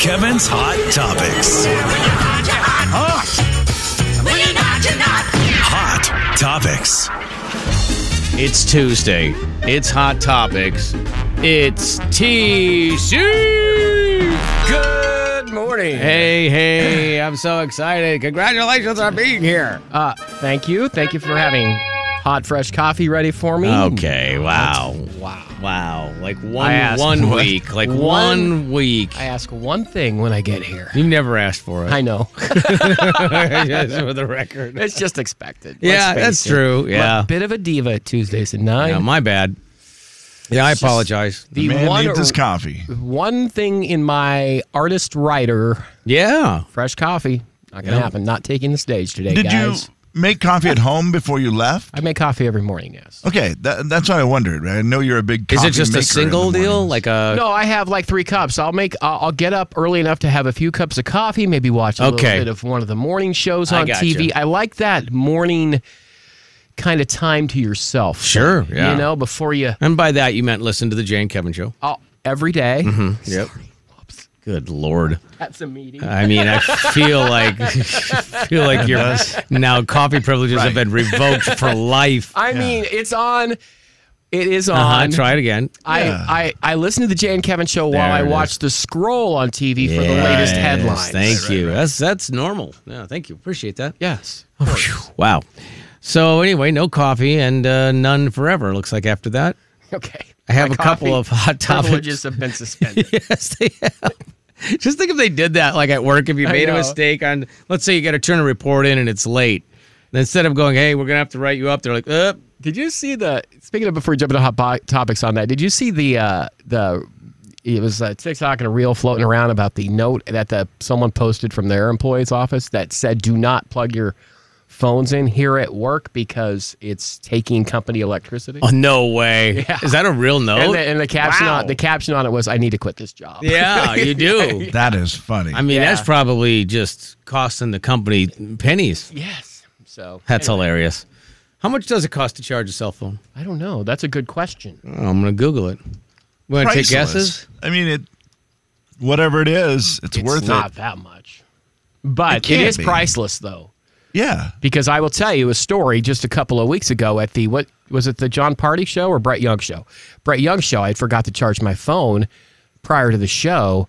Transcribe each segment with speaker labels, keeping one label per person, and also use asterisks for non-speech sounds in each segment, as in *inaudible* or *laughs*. Speaker 1: Kevin's Hot Topics. Hot Topics.
Speaker 2: It's Tuesday. It's Hot Topics. It's TC.
Speaker 3: Good morning.
Speaker 2: Hey, hey, I'm so excited. Congratulations on being here.
Speaker 3: Uh, thank you. Thank you for having hot, fresh coffee ready for me.
Speaker 2: Okay, wow.
Speaker 3: Wow.
Speaker 2: Wow. Like
Speaker 3: I
Speaker 2: one
Speaker 3: asked
Speaker 2: one
Speaker 3: what?
Speaker 2: week. Like
Speaker 3: One-
Speaker 2: one week.
Speaker 3: I ask one thing when I get here.
Speaker 2: You never asked for *laughs* it.
Speaker 3: *laughs* I know.
Speaker 2: Just for the record.
Speaker 3: it's just expected. Let's
Speaker 2: Yeah,
Speaker 3: face
Speaker 2: that's
Speaker 3: it.
Speaker 2: true.
Speaker 3: I'm
Speaker 2: Yeah.
Speaker 3: A bit of a diva Tuesdays at 9.
Speaker 2: Yeah, my bad. Yeah, I apologize.
Speaker 3: the
Speaker 1: Man
Speaker 3: one,
Speaker 1: needs his coffee.
Speaker 3: one thing in my artist writer,
Speaker 2: Yeah.
Speaker 3: fresh coffee, not going to
Speaker 2: Yeah.
Speaker 3: happen. Not taking the stage today,
Speaker 1: Did
Speaker 3: guys.
Speaker 1: you make coffee at home before you left?
Speaker 3: I make coffee every morning, yes.
Speaker 1: Okay, that, that's what I wondered. I know you're a big.
Speaker 2: Is
Speaker 1: coffee
Speaker 2: it just
Speaker 1: maker
Speaker 2: a
Speaker 1: in the
Speaker 2: single deal?
Speaker 1: mornings.
Speaker 2: Like a
Speaker 3: No, I have like three cups. I'll make. I'll, I'll get up early enough to have a few cups of coffee. Maybe watch a
Speaker 2: Okay.
Speaker 3: little bit of one of the morning shows
Speaker 2: I
Speaker 3: on
Speaker 2: gotcha.
Speaker 3: TV. I like that morning kind of time to yourself. thing,
Speaker 2: Sure, yeah.
Speaker 3: You know, before you
Speaker 2: And by that you meant listen to the Jane Kevin show.
Speaker 3: oh, every day.
Speaker 2: Mm-hmm,
Speaker 3: *laughs*
Speaker 2: Yep. Uh, Good lord.
Speaker 3: That's a meeting.
Speaker 2: I mean, I feel like *laughs* feel like your now coffee privileges have been revoked for life.
Speaker 3: I mean, it's on. It is on.
Speaker 2: Uh-huh, try it again.
Speaker 3: I,
Speaker 1: Yeah.
Speaker 3: I I listen to the Jan Kevin show while
Speaker 2: There
Speaker 3: I
Speaker 2: it
Speaker 3: watch
Speaker 2: is.
Speaker 3: the scroll on TV for the
Speaker 2: Yes,
Speaker 3: latest headlines.
Speaker 2: Thank you. That's that's normal. Yeah, thank you. Appreciate that.
Speaker 3: Yes.
Speaker 2: Wow. So anyway, no coffee and uh, none forever. Looks like after that,
Speaker 3: Okay.
Speaker 2: *laughs* I have
Speaker 3: My
Speaker 2: a couple
Speaker 3: coffee
Speaker 2: of hot *laughs*
Speaker 3: Privileges
Speaker 2: topics.
Speaker 3: have been suspended.
Speaker 2: yes, they have. Just think if they did that, like at work, if you
Speaker 3: I
Speaker 2: made a
Speaker 3: know.
Speaker 2: mistake on, let's say you got to turn a report in and it's late. Then Instead of going, hey, we're gonna have to write you up, they're like, uh,
Speaker 3: Did you see the speaking of before we jump into hot bo- topics on that? Did you see the uh, the it was a TikTok and a reel floating around about the note that the someone posted from their employee's office that said, "Do not plug your phones in here at work because it's taking company electricity."
Speaker 2: Oh no way! Is that a real note?
Speaker 3: and, the, *laughs* and the caption
Speaker 2: Wow.
Speaker 3: on the caption on it was, "I need to quit this job."
Speaker 2: yeah, you do.
Speaker 1: That is funny.
Speaker 2: I mean,
Speaker 3: Yeah.
Speaker 2: that's probably just costing the company pennies.
Speaker 3: Yes. So
Speaker 2: That's hilarious. How much does it cost to charge a cell phone?
Speaker 3: I don't know. That's a good question.
Speaker 2: Oh, I'm gonna Google it. Want to take
Speaker 1: Priceless.
Speaker 2: guesses?
Speaker 1: I mean, it. Whatever it is, it's,
Speaker 3: It's
Speaker 1: worth
Speaker 3: not
Speaker 1: it.
Speaker 3: that much, but it
Speaker 1: can't
Speaker 3: is
Speaker 1: be.
Speaker 3: priceless though.
Speaker 1: Yeah.
Speaker 3: because I will tell you a story just a couple of weeks ago at the what was it the John Party show or Brett Young show? Brett Young show. I had forgot to charge my phone prior to the show,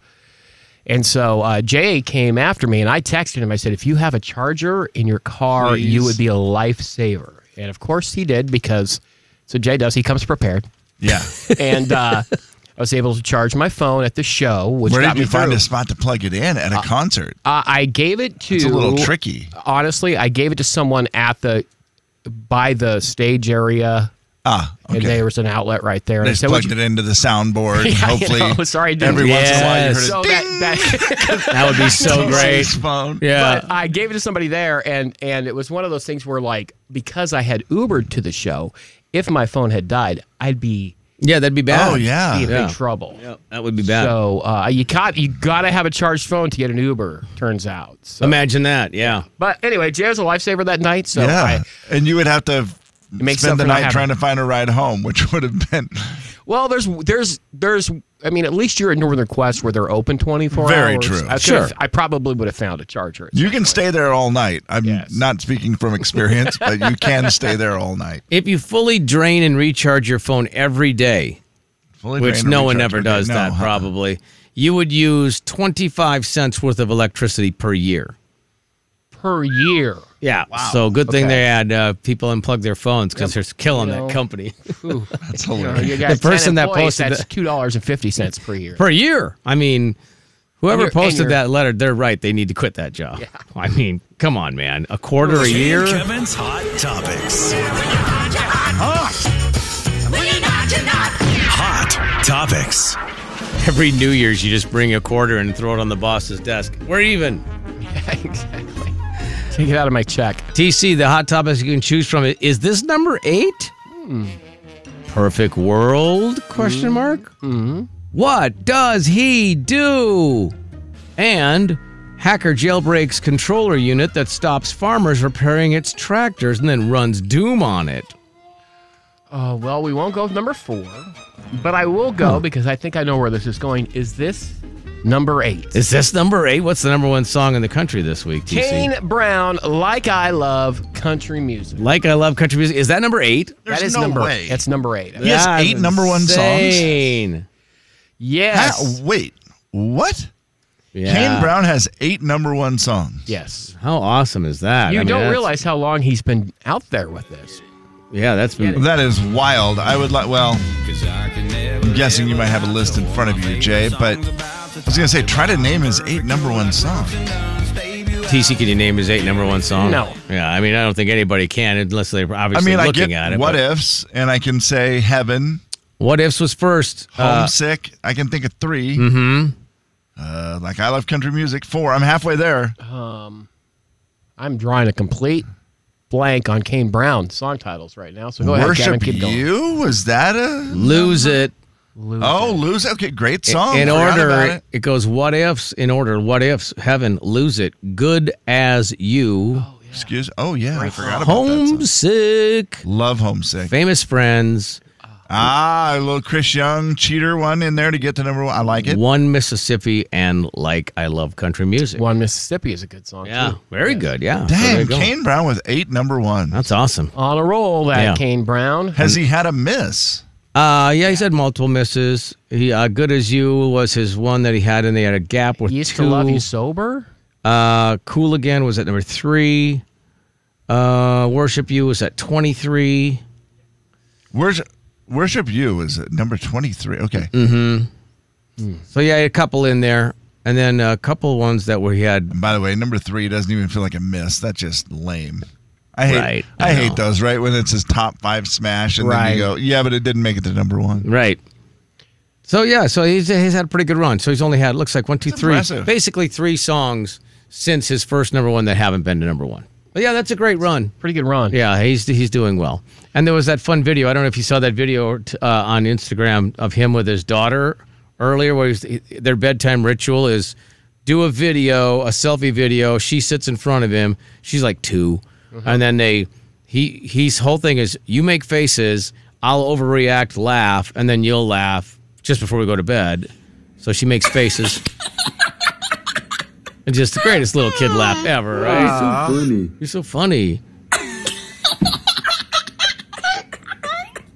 Speaker 3: and so uh, Jay came after me, and I texted him. I said, "If you have a charger in your car, you
Speaker 1: Please.
Speaker 3: would be a lifesaver." And of course, he did because so Jay does. He comes prepared,
Speaker 1: Yeah.
Speaker 3: and uh, *laughs* I was able to charge my phone at the show, which
Speaker 1: Where
Speaker 3: got
Speaker 1: did you
Speaker 3: me
Speaker 1: find
Speaker 3: through.
Speaker 1: a spot to plug it in at a concert?
Speaker 3: Uh, I gave it to.
Speaker 1: It's a little tricky.
Speaker 3: honestly, I gave it to someone at the by the stage area,
Speaker 1: Ah, okay.
Speaker 3: and there was an outlet right there. And I
Speaker 1: They just
Speaker 3: said, "Would
Speaker 1: plugged
Speaker 3: you-"
Speaker 1: it into the soundboard. and
Speaker 3: Yeah, I
Speaker 1: hopefully,
Speaker 3: know. Sorry, I didn't
Speaker 1: every
Speaker 3: do
Speaker 1: once in a while you
Speaker 2: that.
Speaker 1: heard it.
Speaker 3: So that,
Speaker 1: *laughs*
Speaker 3: that *laughs*
Speaker 2: That would be *laughs* so great.
Speaker 1: Phone.
Speaker 2: Yeah.
Speaker 3: but I gave it to somebody there, and and it was one of those things where like because I had Ubered to the show, if my phone had died, I'd be
Speaker 2: yeah, that'd be bad.
Speaker 1: Oh yeah.
Speaker 3: be in
Speaker 2: Yeah.
Speaker 3: big trouble.
Speaker 2: Yeah, that would be bad.
Speaker 3: So uh, you got you gotta have a charged phone to get an Uber. Turns out. So,
Speaker 2: Imagine that. Yeah.
Speaker 3: but anyway, Jay was a lifesaver that night. So
Speaker 1: yeah.
Speaker 3: I,
Speaker 1: and you would have to
Speaker 3: makes up
Speaker 1: spend the
Speaker 3: for not
Speaker 1: night
Speaker 3: having-
Speaker 1: trying to find a ride home, which would have been
Speaker 3: Well, there's there's there's I mean, at least you're at Northern Quest where they're open 24
Speaker 1: Very
Speaker 3: hours.
Speaker 1: true.
Speaker 3: I could've-
Speaker 2: Sure.
Speaker 3: I probably would have found a charger.
Speaker 1: you can stay there all night. I'm
Speaker 3: Yes.
Speaker 1: not speaking
Speaker 3: *laughs*
Speaker 1: from experience, but you can stay there all night.
Speaker 2: If you fully drain and recharge your phone every day,
Speaker 1: Fully
Speaker 2: which
Speaker 1: drained or
Speaker 2: no one
Speaker 1: recharged.
Speaker 2: ever
Speaker 1: Okay,
Speaker 2: does
Speaker 1: no, uh-uh.
Speaker 2: that
Speaker 1: huh?
Speaker 2: probably you would use 25 cents worth of electricity per year
Speaker 3: per year.
Speaker 2: yeah so good thing
Speaker 3: Okay.
Speaker 2: they had uh, people unplug their phones because they're killing
Speaker 3: You know.
Speaker 2: that
Speaker 3: *laughs*
Speaker 2: company
Speaker 3: Ooh,
Speaker 1: That's
Speaker 3: you know,
Speaker 1: hilarious.
Speaker 3: you got
Speaker 2: The person
Speaker 3: 10
Speaker 2: that
Speaker 3: employees,
Speaker 2: posted
Speaker 3: that's
Speaker 2: that-
Speaker 3: two dollars and fifty cents per year.
Speaker 2: *laughs* per year i mean
Speaker 3: And
Speaker 2: whoever
Speaker 3: you're- and
Speaker 2: posted
Speaker 3: you're-
Speaker 2: that letter they're right they need to quit that job i mean come on man a quarter a year
Speaker 1: Kevin's hot topics. Hot topics.
Speaker 2: every new year's you just bring a quarter and throw it on the boss's desk we're even
Speaker 3: *laughs* exactly. Take it out of my check.
Speaker 2: TC, the hot topics you can choose from. Is this number eight? Perfect world? Question mark. Mm-hmm. What does he do? And hacker jailbreaks controller unit that stops farmers repairing its tractors and then runs doom on it.
Speaker 3: Oh well, we won't go with number four, but I will go because I think I know where this is going. Is this Number eight.
Speaker 2: Is this number eight? What's the number one song in the country this week, TC?
Speaker 3: Kane Brown, Like I Love Country Music.
Speaker 2: Like I Love Country Music. Is that number eight?
Speaker 1: There's
Speaker 3: that is
Speaker 1: no
Speaker 3: number
Speaker 1: way.
Speaker 3: eight. That's number eight.
Speaker 1: He has eight number one songs?
Speaker 2: songs.
Speaker 1: Ha-
Speaker 3: Yes.
Speaker 1: wait, what?
Speaker 2: Yeah.
Speaker 1: Kane Brown has eight number one songs.
Speaker 3: Yes.
Speaker 2: How awesome is that?
Speaker 3: You
Speaker 2: I mean,
Speaker 3: don't
Speaker 2: that's-
Speaker 3: realize how long he's been out there with this.
Speaker 2: Yeah, that's been.
Speaker 1: That is wild. I would like. Well, I'm guessing you might have a list in front of you, Jay. But I was gonna say, try to name his eight number one songs.
Speaker 2: TC, can you name his eight number one song?
Speaker 3: No.
Speaker 2: Yeah, I mean, I don't think anybody can unless they're
Speaker 1: I
Speaker 2: obviously
Speaker 1: mean, I
Speaker 2: looking
Speaker 1: get
Speaker 2: at it.
Speaker 1: what
Speaker 2: but-
Speaker 1: ifs, and I can say heaven,
Speaker 2: What ifs was first? Uh,
Speaker 1: homesick. I can think of 3 Mm-hmm. Uh, like I love country music. Four. I'm halfway there.
Speaker 3: I'm drawing a complete blank on Kane Brown song titles right now. So go ahead, Gavin,
Speaker 1: Worship
Speaker 3: keep going.
Speaker 1: you was that a?
Speaker 2: lose it.
Speaker 3: Lose
Speaker 1: Oh,
Speaker 3: It.
Speaker 1: lose. Okay, great song.
Speaker 2: in
Speaker 1: Forgot
Speaker 2: order,
Speaker 1: about
Speaker 2: it.
Speaker 1: it.
Speaker 2: goes what ifs in order. What ifs? Heaven, lose it. Good as you.
Speaker 1: Excuse. Oh yeah, I forgot about that. song.
Speaker 2: Homesick.
Speaker 1: Love homesick.
Speaker 2: Famous friends.
Speaker 1: Ah, a little Chris Young cheater one in there to get to number one. I like it.
Speaker 2: One Mississippi and like I love country music.
Speaker 3: One Mississippi is a good song.
Speaker 2: Yeah,
Speaker 3: too.
Speaker 2: very good. Yeah. So there you
Speaker 1: Damn,
Speaker 2: go.
Speaker 1: Kane Brown with eight number one.
Speaker 2: That's awesome.
Speaker 3: On a roll, that
Speaker 2: Yeah.
Speaker 3: Kane Brown.
Speaker 1: Has he had a miss?
Speaker 2: Uh, yeah, he's had multiple misses. He uh, good as you was his one that he had, and they had a gap with
Speaker 3: Used
Speaker 2: two.
Speaker 3: to love you sober.
Speaker 2: Uh, cool again was at number three. Uh, worship you was at twenty three.
Speaker 1: Worship, worship you is at number twenty three. Okay,
Speaker 2: So yeah, a couple in there, and then a couple ones that were he had.
Speaker 1: and by the way, number three doesn't even feel like a miss. That's just lame. I hate.
Speaker 2: Right,
Speaker 1: I,
Speaker 2: I know.
Speaker 1: hate those. Right when it says top five smash, and then
Speaker 3: Right.
Speaker 1: you go, yeah, but it didn't make it to number one.
Speaker 2: Right. So yeah, so he's he's had a pretty good run. So he's only had looks like one, two,
Speaker 1: That's
Speaker 2: three,
Speaker 1: impressive.
Speaker 2: basically three songs since his first number one that haven't been to number one. But yeah, that's a great run.
Speaker 3: Pretty good run.
Speaker 2: Yeah, he's he's doing well. And there was that fun video. I don't know if you saw that video t- uh, on Instagram of him with his daughter earlier, where he's, their bedtime ritual is do a video, a selfie video. She sits in front of him. She's like 2 and then they he he's whole thing is you make faces. I'll overreact, laugh, and then you'll laugh just before we go to bed. So she makes faces. And just the greatest little kid laugh ever, right? You're so funny.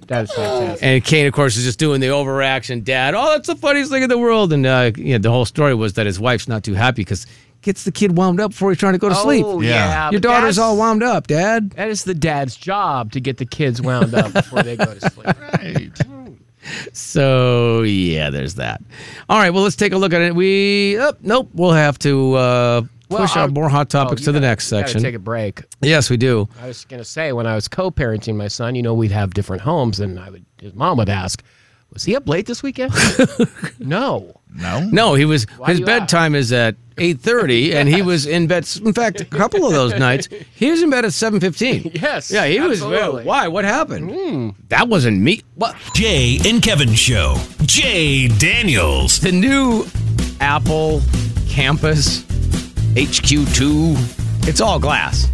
Speaker 3: That is fantastic.
Speaker 2: And Kane, of course, is just doing the overreaction, Dad. Oh, that's the funniest thing in the world. And uh, you know, the whole story was that his wife's not too happy because gets the kid wound up before he's trying to go to sleep.
Speaker 3: Oh,
Speaker 1: Yeah.
Speaker 2: Your
Speaker 3: but
Speaker 2: daughter's
Speaker 3: that's-
Speaker 2: all wound up, Dad.
Speaker 3: That is the dad's job to get the kids wound up before
Speaker 2: *laughs*
Speaker 3: they go to sleep.
Speaker 2: So yeah, there's that. All right, well, let's take a look at it. We oh, nope, we'll have to uh,
Speaker 3: Well,
Speaker 2: push
Speaker 3: I-
Speaker 2: out more hot topics
Speaker 3: Oh,
Speaker 2: to the
Speaker 3: you gotta-
Speaker 2: next
Speaker 3: you gotta
Speaker 2: section.
Speaker 3: Take a break.
Speaker 2: yes, we do.
Speaker 3: I was gonna say when I was co-parenting my son, you know, we'd have different homes, and I would his mom would ask, "Was he up late this
Speaker 1: *laughs*
Speaker 3: weekend?" no.
Speaker 1: *laughs* No,
Speaker 2: No, he was. his
Speaker 3: do you laugh?
Speaker 2: bedtime is at eight
Speaker 3: *laughs*
Speaker 2: thirty, and he was in bed. In fact, a couple of those nights, he was in bed at seven fifteen.
Speaker 3: *laughs* Yes,
Speaker 2: Yeah, he was.
Speaker 3: absolutely. Hmm.
Speaker 2: Why? What happened? That wasn't me. What?
Speaker 4: Jay and Kevin Show. Jay Daniels.
Speaker 2: The new Apple campus HQ2. It's all glass,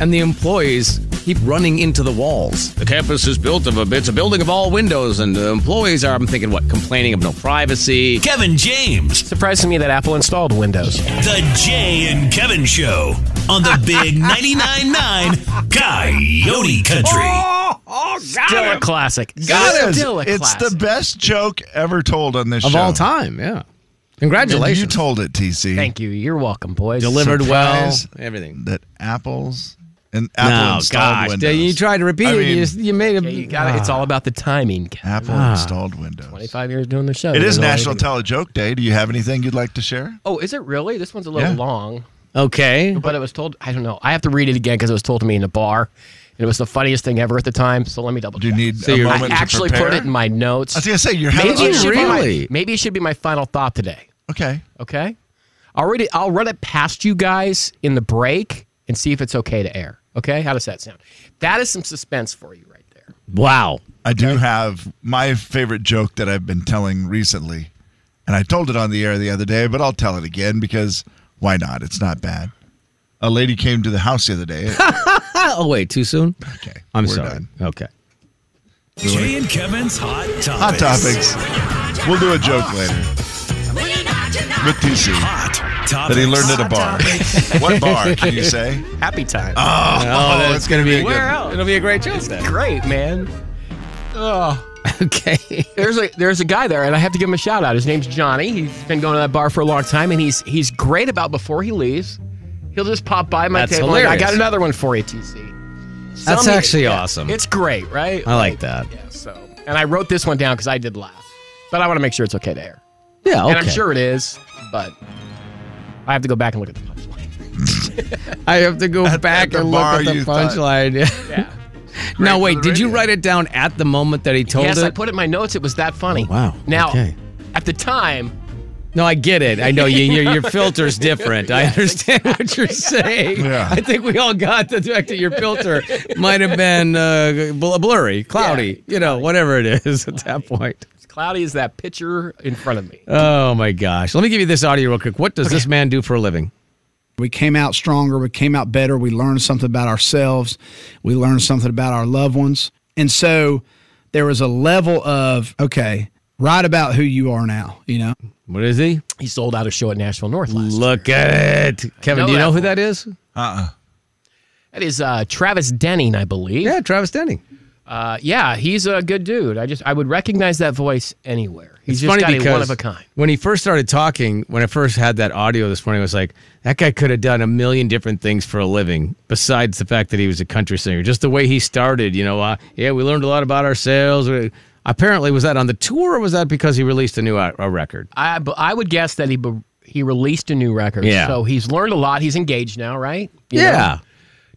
Speaker 2: and the employees keep running into the walls. The campus is built of a. It's a building of all windows, and the employees are. I'm thinking, what? Complaining of no privacy.
Speaker 4: Kevin James.
Speaker 3: Surprising me that Apple installed Windows.
Speaker 4: The Jay and Kevin Show on the big 99.9 9 Coyote Country.
Speaker 2: Oh, oh, God!
Speaker 3: Still a classic.
Speaker 2: Got him.
Speaker 1: It is.
Speaker 3: Still a
Speaker 1: It's
Speaker 3: classic.
Speaker 1: the best joke ever told on this
Speaker 2: of
Speaker 1: show
Speaker 2: all time. Yeah.
Speaker 1: And
Speaker 2: Congratulations.
Speaker 1: you told it, TC.
Speaker 3: Thank you. You're welcome, boys.
Speaker 2: Delivered
Speaker 1: Surprise.
Speaker 2: well. Everything.
Speaker 1: that apples and Apple
Speaker 2: no,
Speaker 1: installed
Speaker 2: gosh.
Speaker 1: Windows.
Speaker 2: You tried to repeat
Speaker 1: I
Speaker 2: it.
Speaker 1: mean-
Speaker 2: You, just, you made a.
Speaker 3: Yeah, you gotta- it's all about the timing.
Speaker 1: Apple
Speaker 2: Ah,
Speaker 1: installed Windows.
Speaker 3: Twenty-five years doing the show.
Speaker 1: Ah. It is
Speaker 3: You know,
Speaker 1: National
Speaker 3: like-
Speaker 1: Tell a Joke Day. Do you have anything you'd like to share?
Speaker 3: Oh, is it really? This one's a little
Speaker 1: Yeah.
Speaker 3: long.
Speaker 2: Okay.
Speaker 3: but it was told. I don't know. I have to read it again because it was told to me in a bar, and it was the funniest thing ever at the time. So let me double
Speaker 1: Do
Speaker 3: check.
Speaker 1: you need a
Speaker 2: you're-
Speaker 1: moment
Speaker 3: I actually
Speaker 1: to prepare?
Speaker 3: put it in my notes.
Speaker 1: I was gonna say you're
Speaker 3: maybe
Speaker 1: having.
Speaker 3: it should be my-
Speaker 2: Really?
Speaker 3: maybe it should be my final thought today.
Speaker 1: okay.
Speaker 3: Okay, I'll read it. I'll run it past you guys in the break and see if it's okay to air. Okay, how does that sound? That is some suspense for you right there.
Speaker 2: Wow.
Speaker 1: I do have my favorite joke that I've been telling recently, and I told it on the air the other day, but I'll tell it again because why not? It's not bad. A lady came to the house the other *laughs* day.
Speaker 2: Ah, oh, wait.
Speaker 1: *laughs*
Speaker 2: Too soon?
Speaker 1: Okay,
Speaker 2: I'm
Speaker 1: we're
Speaker 2: sorry.
Speaker 1: done.
Speaker 2: Okay.
Speaker 4: Jay and Kevin's Hot Topics.
Speaker 1: Hot topics. We'll do a joke later.
Speaker 5: Will you not tonight?
Speaker 1: Matisse
Speaker 4: Hot
Speaker 1: that
Speaker 4: topics.
Speaker 1: he learned at a bar. what bar can you say? *laughs*
Speaker 3: Happy time.
Speaker 1: Oh, that's going to be a good.
Speaker 2: where else? It'll be a great choice then.
Speaker 3: Great, man. Oh.
Speaker 2: *laughs* Okay.
Speaker 3: There's a there's a guy there, and I have to give him a shout out. His name's Johnny. He's been going to that bar for a long time, and he's he's great about before he leaves. He'll just pop by my
Speaker 2: That's
Speaker 3: table. like, I
Speaker 2: hilarious.
Speaker 3: got another one for you, TC.
Speaker 2: That's
Speaker 3: Some-
Speaker 2: actually awesome.
Speaker 3: It's great, right?
Speaker 2: I like that.
Speaker 3: Yeah. So, and I wrote this one down because I did laugh, but I want to make sure it's okay to air.
Speaker 2: Yeah, okay.
Speaker 3: And I'm sure it is, but I have to go back and look at the punchline.
Speaker 2: I have to go
Speaker 1: At-
Speaker 2: back
Speaker 1: at the
Speaker 2: and look
Speaker 1: bar
Speaker 2: at the
Speaker 1: you thought- *laughs*
Speaker 2: punchline. *laughs*
Speaker 3: Yeah.
Speaker 2: now,
Speaker 1: for
Speaker 2: wait,
Speaker 1: the
Speaker 2: did you
Speaker 1: radio.
Speaker 2: write it down at the moment that he told
Speaker 3: yes,
Speaker 2: it?
Speaker 3: I put it in my notes. It was that funny.
Speaker 2: Oh, wow.
Speaker 3: Now,
Speaker 2: Okay.
Speaker 3: at the time,
Speaker 2: No, I get it. I know you, your, your filter's different. I understand what you're saying.
Speaker 1: Yeah.
Speaker 2: I think we all got the fact that your filter might have been uh, bl- blurry, cloudy, you know, whatever it is at that point.
Speaker 3: it's cloudy as that picture in front of me.
Speaker 2: Oh, my gosh. Let me give you this audio real quick. What does this man do for a living?
Speaker 5: We came out stronger. We came out better. We learned something about ourselves. We learned something about our loved ones. And so there was a level of, okay, write about who you are now, you know?
Speaker 2: What is he?
Speaker 3: He sold out a show at Nashville North last year.
Speaker 2: Look at it. Kevin,
Speaker 3: know
Speaker 2: do you know
Speaker 3: that
Speaker 2: who that is?
Speaker 3: That is uh, Travis Denning, I believe.
Speaker 2: Yeah, Travis Denning.
Speaker 3: Uh, yeah, he's a good dude. I just I would recognize that voice anywhere. He's just got a one of a kind.
Speaker 2: when he first started talking, when I first had that audio this morning, I was like, that guy could have done a million different things for a living besides the fact that he was a country singer. Just the way he started, you know, uh, yeah, we learned a lot about ourselves. We- Apparently, was that on the tour or was that because he released a new uh, a record?
Speaker 3: I but I would guess that he be- he released a new record.
Speaker 2: Yeah.
Speaker 3: So he's learned a lot. He's engaged now, right? You know?
Speaker 2: yeah.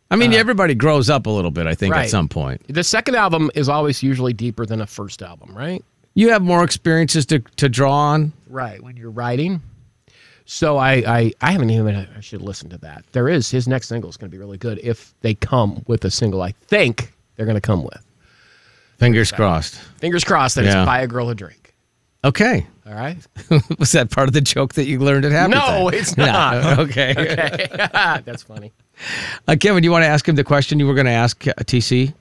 Speaker 2: I mean, everybody grows up a little bit, I think, at
Speaker 3: Uh, Right.
Speaker 2: some point.
Speaker 3: The second album is always usually deeper than a first album, right?
Speaker 2: You have more experiences to, to draw on.
Speaker 3: Right. When you're writing. So I I, I haven't even I should listen to that. There is his next single is going to be really good if they come with a single. I think they're going to come with.
Speaker 2: Fingers crossed.
Speaker 3: Fingers crossed that
Speaker 2: Yeah.
Speaker 3: it's buy a girl a drink.
Speaker 2: Okay. *laughs*
Speaker 3: All
Speaker 1: *laughs*
Speaker 3: right.
Speaker 2: was that part of the joke that you learned at Happy
Speaker 3: No,
Speaker 2: Time?
Speaker 3: it's
Speaker 2: No,
Speaker 3: not.
Speaker 2: Uh, *laughs* Okay.
Speaker 1: *laughs*
Speaker 3: That's funny.
Speaker 2: Uh, Kevin, you want to ask him the question you were going to ask uh, TC?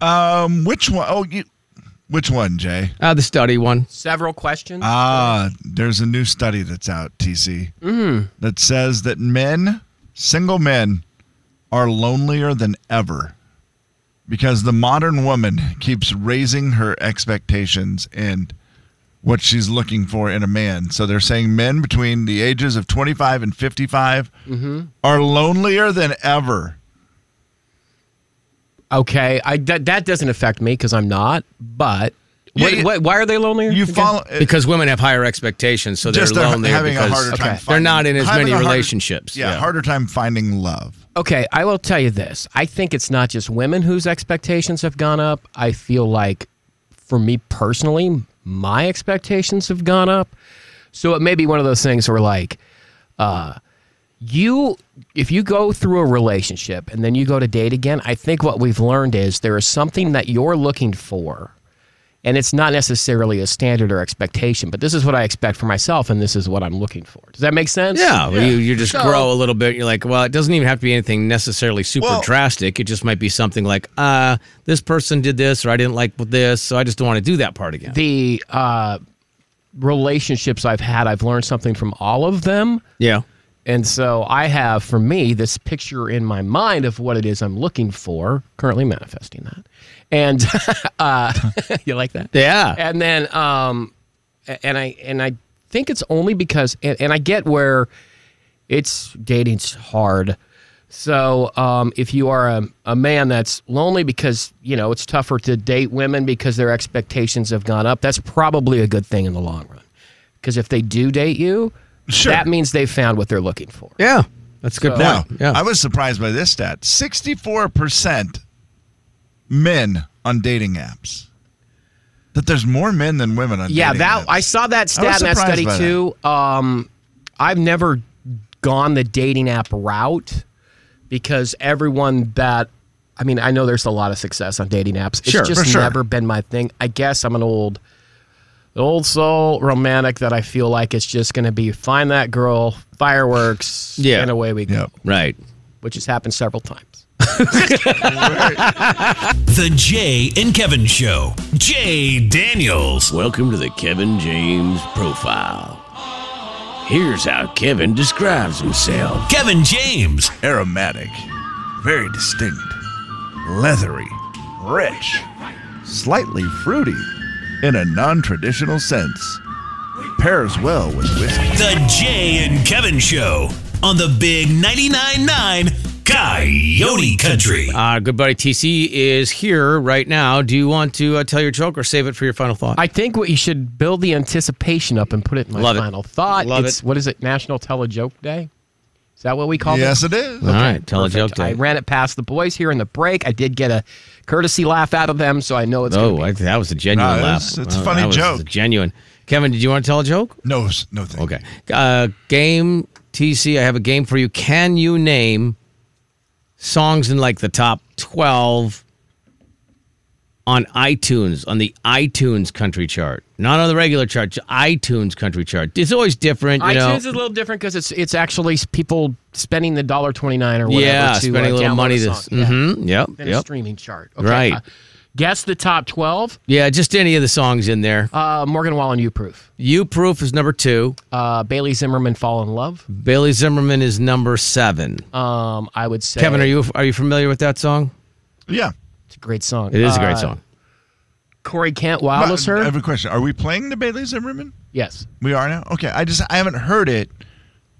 Speaker 1: Um, which one? Oh, you. Which one, Jay?
Speaker 2: Uh, the study one.
Speaker 3: Several questions.
Speaker 1: Ah, there's a new study that's out, TC,
Speaker 2: Mm-hmm.
Speaker 1: that says that men, single men, are lonelier than ever because the modern woman keeps raising her expectations and what she's looking for in a man. So they're saying men between the ages of 25 and 55
Speaker 2: Mm-hmm.
Speaker 1: are lonelier than ever.
Speaker 3: okay, I that, that doesn't affect me because I'm not. But
Speaker 1: Yeah,
Speaker 3: what,
Speaker 1: yeah.
Speaker 3: what, why are they lonelier?
Speaker 1: You
Speaker 3: again?
Speaker 1: follow
Speaker 2: Because women have higher expectations, so they're
Speaker 1: Uh, just they're
Speaker 2: lonely
Speaker 1: having a
Speaker 2: because
Speaker 1: harder time.
Speaker 3: okay,
Speaker 2: they're
Speaker 1: finding-
Speaker 2: not in as
Speaker 1: having
Speaker 2: many
Speaker 1: a harder-
Speaker 2: relationships.
Speaker 1: yeah, harder time finding love.
Speaker 3: Okay, I will tell you this. I think it's not just women whose expectations have gone up. I feel like, for me personally, my expectations have gone up. So it may be one of those things where, like, uh, you, if you go through a relationship and then you go to date again, I think what we've learned is there is something that you're looking for. And it's not necessarily a standard or expectation, but this is what I expect for myself, and this is what I'm looking for. Does that make sense?
Speaker 2: Yeah, well, You, you just
Speaker 3: So-
Speaker 2: grow a little bit. You're like, well, it doesn't even have to be anything necessarily super
Speaker 1: Well-
Speaker 2: drastic. It just might be something like, uh, this person did this, or I didn't like this, so I just don't want to do that part again.
Speaker 3: the uh, relationships I've had, I've learned something from all of them.
Speaker 2: yeah.
Speaker 3: And so I have, for me, this picture in my mind of what it is I'm looking for, currently manifesting that. And *laughs* uh, you like that?
Speaker 2: Yeah.
Speaker 3: And then, um, a- and I and I think it's only because, and, and I get where it's dating's hard. So um, if you are a, a man that's lonely because you know it's tougher to date women because their expectations have gone up, that's probably a good thing in the long run. Because if they do date you,
Speaker 1: Sure.
Speaker 3: that means they found what they're looking for.
Speaker 2: Yeah. That's a good
Speaker 1: Now,
Speaker 2: point. Yeah.
Speaker 1: I was surprised by this stat 64% men on dating apps. That there's more men than women on
Speaker 3: Yeah,
Speaker 1: dating
Speaker 3: that
Speaker 1: apps.
Speaker 3: I saw that
Speaker 1: I was
Speaker 3: stat in that
Speaker 1: surprised
Speaker 3: study
Speaker 1: by
Speaker 3: too. Um, I've never gone the dating app route because everyone that I mean, I know there's a lot of success on dating apps. It's
Speaker 2: Sure,
Speaker 3: just
Speaker 1: for sure.
Speaker 3: never been my thing. I guess I'm an old old soul romantic that I feel like it's just going to be find that girl, fireworks,
Speaker 2: Yeah.
Speaker 3: and away we go,
Speaker 1: Yep.
Speaker 2: right.
Speaker 3: which has happened several times.
Speaker 4: The Jay and Kevin Show. Jay Daniels.
Speaker 2: Welcome to the Kevin James profile. Here's how Kevin describes himself.
Speaker 4: Kevin James,
Speaker 1: aromatic, very distinct, leathery, rich, slightly fruity in a non traditional sense. Pairs well with whiskey.
Speaker 4: The Jay and Kevin Show on the Big 99.9 9 Coyote Country.
Speaker 2: Uh, good buddy TC is here right now. Do you want to uh, tell your joke or save it for your final thought?
Speaker 3: I think what you should build the anticipation up and put it in my
Speaker 2: Love it.
Speaker 3: final thought.
Speaker 2: Love
Speaker 3: it's,
Speaker 2: it.
Speaker 3: What is it? National Tell a Joke Day? Is that what we call it?
Speaker 1: Yes, it is.
Speaker 2: All right, tell a joke.
Speaker 3: I
Speaker 2: Dave.
Speaker 3: ran it past the boys here in the break. I did get a courtesy laugh out of them, so I know it's.
Speaker 2: Oh,
Speaker 3: gonna
Speaker 2: I, that was a genuine
Speaker 1: No,
Speaker 2: laugh.
Speaker 1: it's- it's a funny
Speaker 2: that was
Speaker 1: joke.
Speaker 2: genuine. Kevin, did you want to tell a joke?
Speaker 1: No, s- no thank
Speaker 2: Okay. Uh, game TC, I have a game for you. Can you name songs in like the top 12 on iTunes, on the iTunes country chart? Not on the regular chart, j- iTunes country chart. It's always different, you
Speaker 3: iTunes
Speaker 2: know.
Speaker 3: is a little different because it's it's actually s- people spending the dollar twenty nine or whatever.
Speaker 2: yeah,
Speaker 3: to,
Speaker 2: spending a
Speaker 3: uh,
Speaker 2: little
Speaker 3: download
Speaker 2: money
Speaker 3: song.
Speaker 2: this.
Speaker 3: Yeah.
Speaker 2: Mhm, Yep.
Speaker 3: Than a
Speaker 2: Yep.
Speaker 3: streaming chart. Okay,
Speaker 2: Right.
Speaker 3: uh, guess the top twelve.
Speaker 2: Yeah, just any of the songs in there.
Speaker 3: Uh, Morgan Wallen, you proof.
Speaker 2: you Proof is number 2.
Speaker 3: Uh, Bailey Zimmerman, Fall in Love.
Speaker 2: Bailey Zimmerman is number 7.
Speaker 3: Um, I would say
Speaker 2: Kevin, are you are you familiar with that song?
Speaker 1: you. Yeah.
Speaker 3: It's a great song.
Speaker 2: It is a great
Speaker 3: Uh,
Speaker 2: song.
Speaker 3: Corey Kent, Wildless
Speaker 1: But I
Speaker 3: Her.
Speaker 1: have a question. Are we playing the Bailey Zimmerman?
Speaker 3: Yes.
Speaker 1: We are now? Okay. I just, I haven't heard it.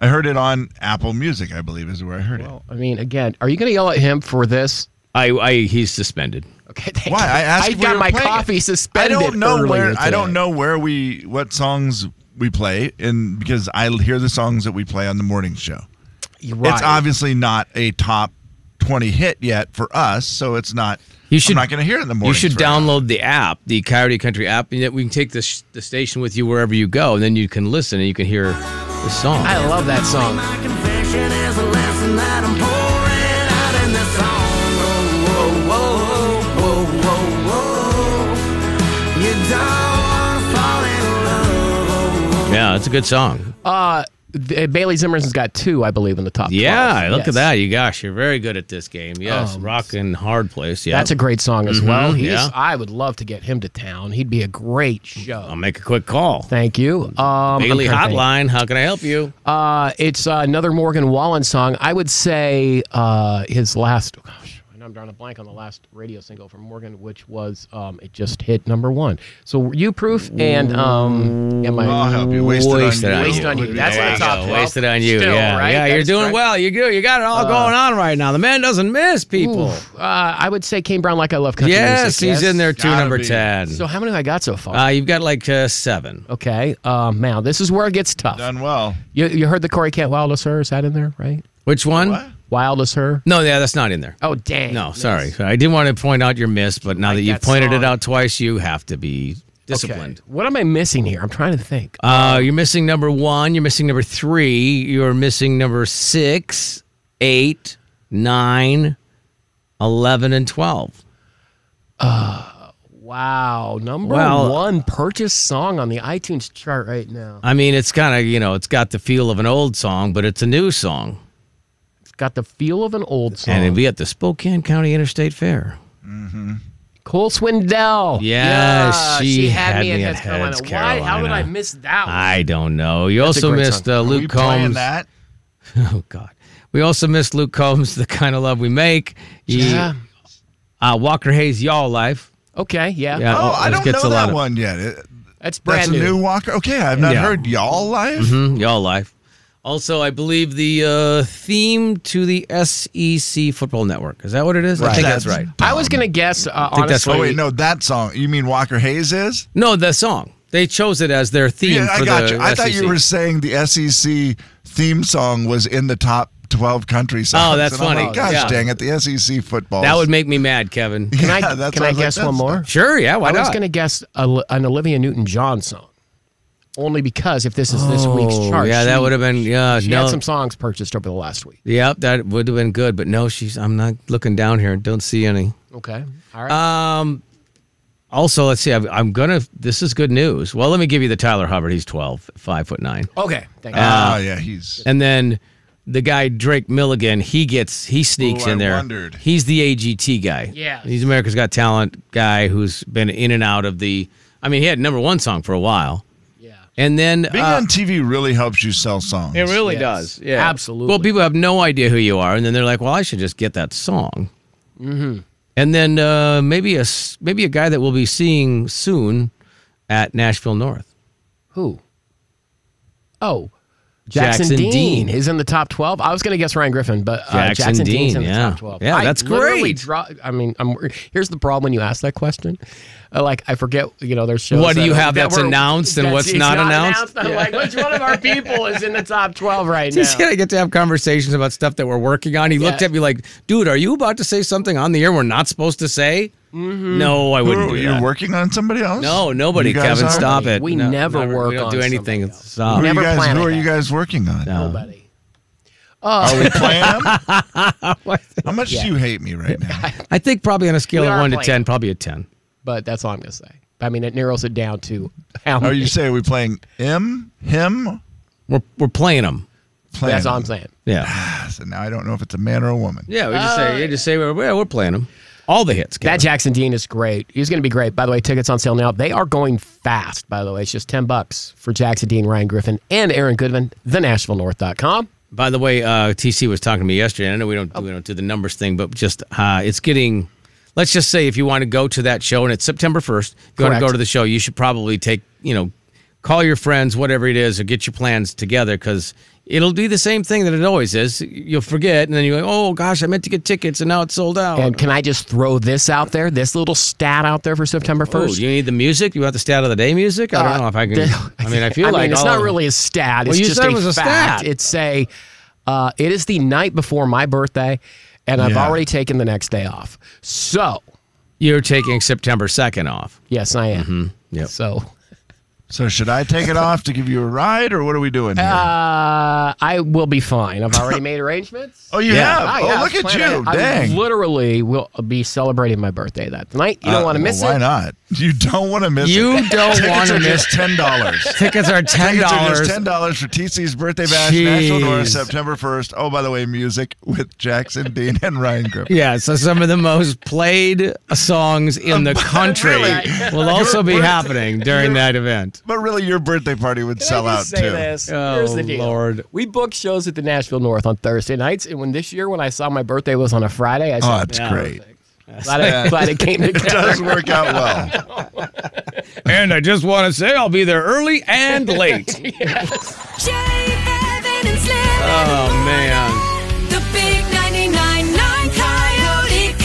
Speaker 1: I heard it on Apple Music, I believe, is where I heard
Speaker 3: I mean, again, are you going to yell at him for this?
Speaker 2: I, I he's suspended.
Speaker 3: Okay. Thank
Speaker 1: Why?
Speaker 3: you.
Speaker 1: I asked if we
Speaker 3: got
Speaker 1: were
Speaker 3: my
Speaker 1: playing it.
Speaker 3: coffee
Speaker 1: it. I
Speaker 3: suspended.
Speaker 1: don't know
Speaker 3: earlier
Speaker 1: where, I
Speaker 3: today.
Speaker 1: don't know where we, what songs we play, and because I hear the songs that we play on the morning show.
Speaker 3: You're right.
Speaker 1: It's obviously not a top 20 hit yet for us, so it's not.
Speaker 2: You should-
Speaker 1: I'm not going to hear it in the morning.
Speaker 2: You should download the app, the Coyote Country app, and that we can take the sh- the station with you wherever you go, and then you can listen and you can hear the song.
Speaker 3: I love that song.
Speaker 2: yeah, it's a good song.
Speaker 3: Uh, th- Bailey Zimmerman's got two, I believe, in the top.
Speaker 2: yeah,
Speaker 3: 12.
Speaker 2: look
Speaker 3: Yes.
Speaker 2: at that. You gosh, you're very good at this game. Yes,
Speaker 3: Um,
Speaker 2: rock and hard place. Yeah,
Speaker 3: That's a great song as
Speaker 2: Mhm,
Speaker 3: well. He's,
Speaker 2: yeah.
Speaker 3: I would love to get him to town. He'd be a great show.
Speaker 2: I'll make a quick call.
Speaker 3: Thank you. Um, I'm
Speaker 2: Bailey
Speaker 3: trying to think.
Speaker 2: Hotline. How can I help you?
Speaker 3: Uh, it's uh, another Morgan Wallen song. I would say uh, his last. Oh gosh, I know I'm drawing a blank on the last radio single from Morgan, which was um, it just hit number one. So you proof and um, yeah,
Speaker 1: I'll
Speaker 3: my
Speaker 1: help you. Wasted,
Speaker 2: Wasted
Speaker 1: on,
Speaker 2: on
Speaker 1: you.
Speaker 3: Wasted on You.
Speaker 1: Would be
Speaker 3: That's
Speaker 1: the
Speaker 3: what
Speaker 1: last
Speaker 3: top
Speaker 2: There you go.
Speaker 3: 12.
Speaker 2: Wasted on you.
Speaker 3: Still,
Speaker 2: yeah,
Speaker 3: right? Uh,
Speaker 2: yeah.
Speaker 3: That
Speaker 2: You're
Speaker 3: is
Speaker 2: doing
Speaker 3: correct.
Speaker 2: well. You go. You got it all going on right now. The man doesn't miss people.
Speaker 3: uh, I would say Kane Brown like I love country
Speaker 2: Yes,
Speaker 3: music.
Speaker 2: he's in there too.
Speaker 1: Gotta
Speaker 2: Number
Speaker 1: be.
Speaker 2: ten.
Speaker 3: So how many have I got so far?
Speaker 2: Uh, you've got like uh, seven.
Speaker 3: okay, um, now this is where it gets tough.
Speaker 1: Done well.
Speaker 3: You, you heard the Corey Kent Wildest Her? Is that in there, right?
Speaker 2: Which one?
Speaker 1: What?
Speaker 3: Wildest Her?
Speaker 2: No, yeah, that's not in there.
Speaker 3: Oh, dang.
Speaker 2: No,
Speaker 3: Miss.
Speaker 2: sorry. I did want to point out your miss, but now that you've
Speaker 3: that
Speaker 2: pointed it
Speaker 3: song.
Speaker 2: out twice, you have to be
Speaker 3: Okay.
Speaker 2: disciplined.
Speaker 3: What am I missing here? I'm trying to think.
Speaker 2: Uh, you're missing number one. You're missing number three. You're missing number six, eight, nine, 11, and 12.
Speaker 3: Wow, number
Speaker 2: Well-
Speaker 3: one purchased song on the iTunes chart right now.
Speaker 2: I mean, it's kind of, you know, it's got the feel of an old song, but it's a new song.
Speaker 3: It's got the feel of an old song.
Speaker 2: And it'll be at the Spokane County Interstate Fair.
Speaker 3: Cole Swindell.
Speaker 2: Yeah, she had me
Speaker 3: in
Speaker 2: at
Speaker 3: Heads Carolina.
Speaker 2: Heads,
Speaker 3: Why? How did I
Speaker 2: Carolina.
Speaker 3: miss that? one?
Speaker 2: I don't know. You
Speaker 3: That's a
Speaker 2: also
Speaker 3: great
Speaker 2: missed
Speaker 3: song.
Speaker 2: uh,
Speaker 1: Are
Speaker 2: Luke
Speaker 1: we playing
Speaker 2: Combs.
Speaker 1: that?
Speaker 2: Oh God. We also missed Luke Combs, The Kind of Love We Make. He-
Speaker 3: yeah.
Speaker 2: Uh, Walker Hayes, Y'all Life.
Speaker 3: Okay. Yeah.
Speaker 2: Yeah.
Speaker 1: Oh,
Speaker 2: Uh,
Speaker 1: I
Speaker 2: this
Speaker 1: don't
Speaker 2: gets
Speaker 1: know
Speaker 2: a lot
Speaker 1: that
Speaker 2: of-
Speaker 1: one yet. It-
Speaker 3: That's
Speaker 1: that's
Speaker 3: brand
Speaker 1: a new
Speaker 3: new.
Speaker 1: Walker. Okay, I've not
Speaker 2: Yeah.
Speaker 1: heard y'all live.
Speaker 2: Hmm, y'all Life. Also, I believe the uh, theme to the SEC Football Network. Is that what it is? I think that's, right.
Speaker 3: I was gonna guess. Uh,
Speaker 2: think that's
Speaker 3: honestly,
Speaker 2: what
Speaker 1: Oh wait, no, that song. You mean Walker Hayes is?
Speaker 2: No, the song. They chose it as their theme
Speaker 1: Yeah,
Speaker 2: for
Speaker 1: I got
Speaker 2: the E
Speaker 1: you. I thought you
Speaker 2: SEC.
Speaker 1: were saying the SEC theme song was in the top 12 country songs.
Speaker 2: Oh, that's
Speaker 1: And I'm
Speaker 2: funny.
Speaker 1: like, Gosh
Speaker 2: Yeah.
Speaker 1: dang it, the SEC football.
Speaker 2: That would make me mad, Kevin.
Speaker 3: Can
Speaker 1: Oh,
Speaker 3: I?
Speaker 1: *laughs* Yeah, that's
Speaker 3: can
Speaker 1: what
Speaker 3: I
Speaker 1: I was like,
Speaker 3: guess
Speaker 1: that's
Speaker 3: one more?
Speaker 2: Sure, yeah, why
Speaker 3: I was
Speaker 2: not?
Speaker 3: gonna guess a, an Olivia Newton-John song, only because if this is this week's
Speaker 2: Oh,
Speaker 3: chart,
Speaker 2: yeah, that
Speaker 3: she-
Speaker 2: would have been yeah.
Speaker 3: She
Speaker 2: no,
Speaker 3: had some songs purchased over the last week.
Speaker 2: yep, that would have been good. But no, she's. I'm not looking down here. Don't see any.
Speaker 3: Okay. All right.
Speaker 2: Um. Also, let's see. I've, I'm gonna. This is good news. Well, let me give you the Tyler Hubbard. He's 12, five foot nine,
Speaker 3: okay. Thank you.
Speaker 2: uh,
Speaker 1: Oh, yeah, he's.
Speaker 2: and then the guy Drake Milligan. He gets. He sneaks
Speaker 1: Ooh, I
Speaker 2: in there.
Speaker 1: wondered.
Speaker 2: He's the AGT guy.
Speaker 3: Yes.
Speaker 2: He's America's Got Talent guy who's been in and out of the. I mean, he had number one song for a while.
Speaker 3: Yeah.
Speaker 2: And then
Speaker 1: Being
Speaker 2: uh,
Speaker 1: on TV really helps you sell songs.
Speaker 2: It really
Speaker 3: Yes.
Speaker 2: does. Yeah.
Speaker 3: Absolutely.
Speaker 2: Well, people have no idea who you are, and then they're like, "Well, I should just get that song." Mm-hmm. And then uh, maybe a s- maybe a guy that we'll be seeing soon at Nashville North. *laughs*
Speaker 3: Who? Oh, Jackson,
Speaker 2: Jackson
Speaker 3: Dean.
Speaker 2: Dean.
Speaker 3: is in the top twelve. I was going to guess Ryan Griffin, but uh,
Speaker 2: Jackson
Speaker 3: Jackson, Dean's
Speaker 2: Dean,
Speaker 3: in the
Speaker 2: yeah.
Speaker 3: top twelve.
Speaker 2: Yeah,
Speaker 3: I
Speaker 2: that's
Speaker 3: literally
Speaker 2: great.
Speaker 3: Draw, I mean, I'm, here's the problem when you ask that question. Uh, like, I forget. You know, there's shows.
Speaker 2: What do
Speaker 3: that
Speaker 2: you
Speaker 3: are-
Speaker 2: have
Speaker 3: that
Speaker 2: that's
Speaker 3: were-
Speaker 2: announced and
Speaker 3: that's-
Speaker 2: what's
Speaker 3: it's
Speaker 2: not announced?
Speaker 3: I'm like, which one of
Speaker 2: *laughs*
Speaker 3: our people is in the top twelve right now?
Speaker 2: He's gonna get to have conversations about stuff that we're working on. He looked
Speaker 3: Yeah.
Speaker 2: at me like, "Dude, are you about to say something on the air we're not supposed to say?"
Speaker 3: Mm-hmm.
Speaker 2: No, I wouldn't.
Speaker 1: Who-
Speaker 2: do
Speaker 1: you're
Speaker 2: that.
Speaker 1: working on somebody else?
Speaker 2: No, nobody,
Speaker 1: You guys
Speaker 2: Kevin.
Speaker 1: are?
Speaker 2: Stop it.
Speaker 3: We
Speaker 2: No,
Speaker 3: never work
Speaker 2: We don't
Speaker 3: on
Speaker 2: do anything.
Speaker 3: something else.
Speaker 2: Stop.
Speaker 1: Who are, you
Speaker 3: Never
Speaker 1: guys,
Speaker 3: plan
Speaker 1: who are
Speaker 3: ahead.
Speaker 1: you guys working on?
Speaker 3: Nobody.
Speaker 1: Are we playing?
Speaker 2: *laughs*
Speaker 1: How much do you hate me right now?
Speaker 2: I think probably on a scale
Speaker 3: We
Speaker 2: of
Speaker 3: are
Speaker 2: one to
Speaker 3: playing.
Speaker 2: ten, probably a ten.
Speaker 3: But that's all I'm going to say. I mean, it narrows it down to how
Speaker 1: Are
Speaker 3: many.
Speaker 1: Oh, you saying are we playing him? Him?
Speaker 2: We're we're playing them.
Speaker 1: Playing
Speaker 3: that's all I'm
Speaker 1: him.
Speaker 3: saying.
Speaker 2: Yeah.
Speaker 1: So now I don't know if it's a man or a woman.
Speaker 2: Yeah, we just
Speaker 3: Oh,
Speaker 2: say, you just say, well, yeah, we're playing them. All the hits.
Speaker 3: That
Speaker 2: Kevin.
Speaker 3: Jackson Dean is great. He's going to be great. By the way, tickets on sale now. They are going fast, by the way. It's just 10 bucks for Jackson Dean, Ryan Griffin, and Aaron Goodman, thenashvillenorth.com.
Speaker 2: By the way, uh, TC was talking to me yesterday. and I know we don't
Speaker 3: Oh.
Speaker 2: we don't do the numbers thing, but just uh, it's getting. Let's just say if you want to go to that show and it's September first, you want to go
Speaker 3: Correct.
Speaker 2: to the show. You should probably take you know, call your friends, whatever it is, or get your plans together because it'll be the same thing that it always is. You'll forget, and then you're like, oh gosh, I meant to get tickets, and now it's sold out.
Speaker 3: And can I just throw this out there, this little stat out there for September
Speaker 2: Oh,
Speaker 3: 1st?
Speaker 2: do you need the music? You want the stat of the day music? I don't know if I
Speaker 3: *laughs*
Speaker 2: can. I mean, I feel like
Speaker 3: Uh, it's
Speaker 2: all
Speaker 3: not
Speaker 2: of-
Speaker 3: really a stat. It's
Speaker 2: you
Speaker 3: just
Speaker 2: said
Speaker 3: a
Speaker 2: it was a
Speaker 3: fact.
Speaker 2: stat.
Speaker 3: It's a. Uh, it is the night before my birthday, and I've
Speaker 1: Yeah.
Speaker 3: already taken the next day off. So
Speaker 2: You're taking September second off.
Speaker 3: yes, I am.
Speaker 2: Mm-hmm. Yep.
Speaker 3: So
Speaker 1: So should I take it off to give you a ride, or what are we doing here?
Speaker 3: uh, I will be fine. I've
Speaker 2: *laughs*
Speaker 3: already made arrangements.
Speaker 1: oh, you
Speaker 2: yeah.
Speaker 1: have.
Speaker 3: I-
Speaker 1: oh,
Speaker 3: I was
Speaker 1: look at
Speaker 3: planning-
Speaker 1: you. Dang.
Speaker 3: I literally will be celebrating my birthday that night. You don't
Speaker 1: Uh,
Speaker 3: want to miss
Speaker 1: well,
Speaker 3: it.
Speaker 1: Why not? You don't want to miss it.
Speaker 2: You don't
Speaker 1: Tickets
Speaker 2: want
Speaker 1: are
Speaker 2: to miss.
Speaker 1: just ten
Speaker 3: *laughs*
Speaker 1: dollars.
Speaker 2: *laughs* Tickets are ten
Speaker 1: Tickets are
Speaker 2: dollars.
Speaker 1: just ten dollars for TC's birthday bash, National North,
Speaker 2: Jeez.
Speaker 1: September first. Oh, by the way, music with Jackson Dean and Ryan Griffin.
Speaker 2: Yeah, so some of the most played songs in *laughs* the country
Speaker 1: really?
Speaker 2: will also be happening during that event.
Speaker 1: But really, your birthday party would
Speaker 3: Can I
Speaker 1: sell out
Speaker 3: just say
Speaker 1: too.
Speaker 3: this?
Speaker 2: Oh,
Speaker 3: Here's the deal.
Speaker 2: Lord.
Speaker 3: We book shows at the Nashville North on Thursday nights, and when this year when I saw my birthday was on a Friday, I
Speaker 1: Oh,
Speaker 3: said,
Speaker 1: that's great.
Speaker 3: glad, I, glad it
Speaker 1: *laughs*
Speaker 3: came
Speaker 1: It
Speaker 3: together.
Speaker 1: does work out
Speaker 3: *laughs*
Speaker 1: well.
Speaker 2: And I just want to say I'll be there early *laughs* and late.
Speaker 6: Jay, Evan, and Slim.
Speaker 2: Oh, man.
Speaker 6: The big 99.9 Coyote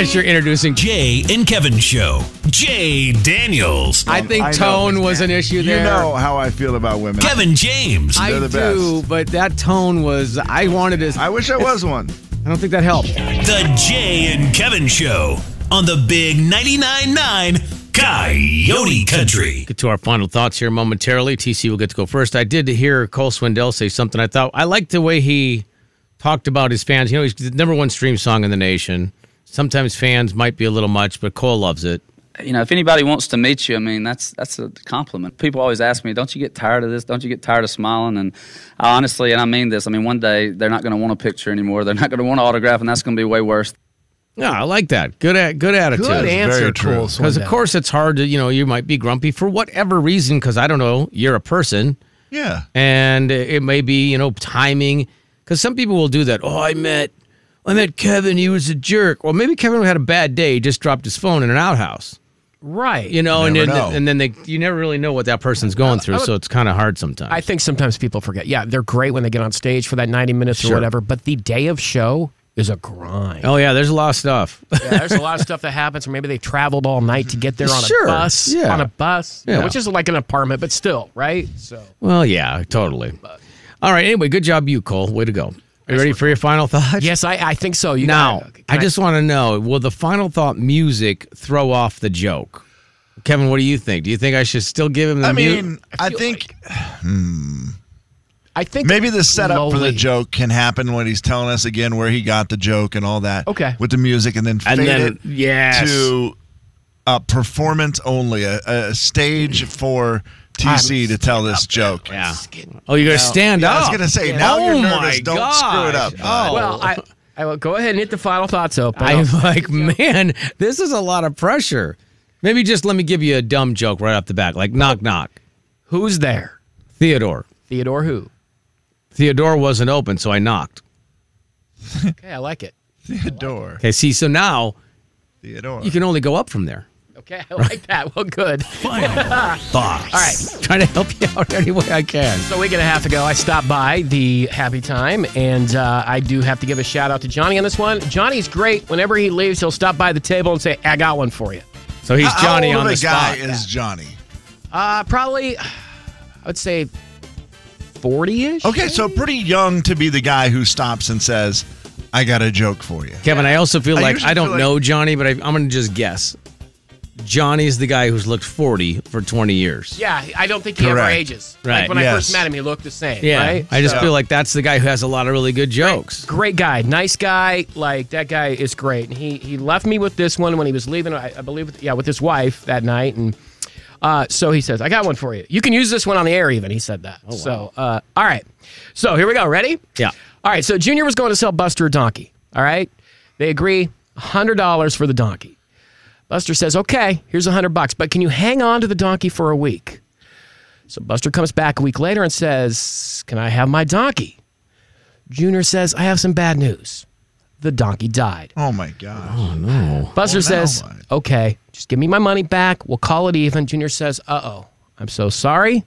Speaker 2: *laughs* As you're introducing,
Speaker 4: Jay and Kevin Show. Jay Daniels.
Speaker 2: Um, I think
Speaker 1: I know
Speaker 2: tone
Speaker 1: who's
Speaker 2: was an issue there.
Speaker 1: You know how I feel about women.
Speaker 4: Kevin James.
Speaker 2: I
Speaker 1: They're the
Speaker 2: do, but that tone was. I wanted to.
Speaker 1: I
Speaker 2: I
Speaker 1: wish I was one.
Speaker 2: don't think that helped.
Speaker 4: The Jay and Kevin Show on the Big 99.9 Coyote Country.
Speaker 2: get to our final thoughts here momentarily. TC will get to go first. I did hear Cole Swindell say something. I thought I liked the way he talked about his fans. You know, he's the number one stream song in the nation. Sometimes fans might be a little much, but Cole loves it.
Speaker 7: you know, if anybody wants to meet you, I mean, that's that's a compliment. People always ask me, "Don't you get tired of this? Don't you get tired of smiling?" And I honestly, and I mean this, I mean, one day they're not going to want a picture anymore. They're not going to want an autograph, and that's going to be way worse.
Speaker 2: Yeah, I like that. Good at good attitude.
Speaker 3: Good answer,
Speaker 1: true.
Speaker 3: Cole.
Speaker 2: Because of course it's hard to you know you might be grumpy for whatever reason. Because I don't know, you're a person.
Speaker 1: Yeah.
Speaker 2: and it may be you know timing because some people will do that oh i met i met kevin he was a jerk well maybe kevin had a bad day he just dropped his phone in an outhouse
Speaker 3: Right.
Speaker 2: you know and
Speaker 1: Never
Speaker 2: then
Speaker 1: know.
Speaker 2: and then they you never really know what that person's going through so it's kind of hard sometimes
Speaker 3: I think sometimes people forget. Yeah, they're great when they get on stage for that 90 minutes or
Speaker 2: Sure.
Speaker 3: whatever, but the day of show is a grind.
Speaker 2: oh yeah there's a lot of stuff *laughs*
Speaker 3: Yeah, there's a lot of stuff that happens, or maybe they traveled all night to get there on
Speaker 2: Sure,
Speaker 3: a bus,
Speaker 2: yeah.
Speaker 3: on a bus, you know,
Speaker 2: Yeah.
Speaker 3: which is like an apartment, but still, right? So
Speaker 2: well yeah totally all right anyway good job you cole way to go are you ready for your final thought
Speaker 3: yes, I, I think so. You
Speaker 2: now
Speaker 3: can
Speaker 2: i just want to know will the final thought music throw off the joke kevin what do you think do you think i should still give him the
Speaker 1: I
Speaker 2: mu-
Speaker 1: mean, I, think
Speaker 3: I think
Speaker 1: maybe the setup for the
Speaker 3: lowly-
Speaker 1: joke can happen when he's telling us again where he got the joke and all that.
Speaker 3: Okay.
Speaker 1: With the music and then fade
Speaker 2: and then
Speaker 1: it
Speaker 2: yes
Speaker 1: to a performance only, a, a stage for TC to tell this joke.
Speaker 2: Yeah. Oh, you're gonna stand
Speaker 1: Yeah, I
Speaker 2: up.
Speaker 1: was gonna say, now
Speaker 2: oh
Speaker 1: you're
Speaker 2: my
Speaker 1: nervous. Don't screw it up,
Speaker 2: gosh.
Speaker 1: bud.
Speaker 2: Oh.
Speaker 3: Well, I, I will go ahead and hit the final thoughts open.
Speaker 2: I'm *laughs* like, man, this is a lot of pressure. Maybe just let me give you a dumb joke right off the bat, like knock knock.
Speaker 3: Who's there?
Speaker 2: Theodore.
Speaker 3: Theodore who?
Speaker 2: Theodore wasn't open, so I knocked.
Speaker 3: Okay, I like it.
Speaker 1: Theodore.
Speaker 2: Okay, see, so now
Speaker 1: Theodore.
Speaker 2: you can only go up from there. *laughs*
Speaker 3: Okay, I like that. Well, good.
Speaker 4: Final *laughs* thoughts. All right.
Speaker 2: Trying to help you out any way I can.
Speaker 3: So a week and a half ago, I stopped by the Happy Time, and uh, I do have to give a shout out to Johnny on this one. Johnny's great. Whenever he leaves, he'll stop by the table and say, "I got one for you."
Speaker 2: So he's Johnny
Speaker 1: Uh, How old
Speaker 2: on
Speaker 1: of
Speaker 2: the
Speaker 1: a guy
Speaker 2: spot.
Speaker 1: is Johnny.
Speaker 3: Uh, probably, I would say, forty-ish.
Speaker 1: Okay, so pretty young to be the guy who stops and says, "I got a joke for you."
Speaker 2: Kevin, I also feel
Speaker 1: I
Speaker 2: like
Speaker 1: usually
Speaker 2: I don't
Speaker 1: feel like-
Speaker 2: know Johnny, but I, I'm going to just guess. Johnny's the guy who's looked 40 for 20 years.
Speaker 3: Yeah, I don't think he ever
Speaker 1: Correct.
Speaker 3: ages. Like
Speaker 2: Right,
Speaker 3: when I
Speaker 1: yes.
Speaker 3: first met him, he looked the same.
Speaker 2: Yeah,
Speaker 3: right?
Speaker 2: I just
Speaker 3: So-
Speaker 2: feel like that's the guy who has a lot of really good jokes.
Speaker 3: great guy, nice guy. Like that guy is great. And he he left me with this one when he was leaving. I, I believe, with, yeah, with his wife that night. And uh, so he says, "I got one for you. You can use this one on the air." Even he said that. So uh, all right. So here we go. Ready?
Speaker 2: Yeah.
Speaker 3: All right. So Junior was going to sell Buster a donkey. All right. They agree, hundred dollars for the donkey. Buster says, "Okay, here's a hundred bucks, but can you hang on to the donkey for a week?" So Buster comes back a week later and says, "Can I have my donkey?" Junior says, I have some bad news. The donkey died.
Speaker 1: Oh my gosh.
Speaker 3: Buster
Speaker 1: well, Oh, now
Speaker 3: says,
Speaker 1: what?
Speaker 3: Okay, just give me my money back. We'll call it even. Junior says, Uh oh, I'm so sorry.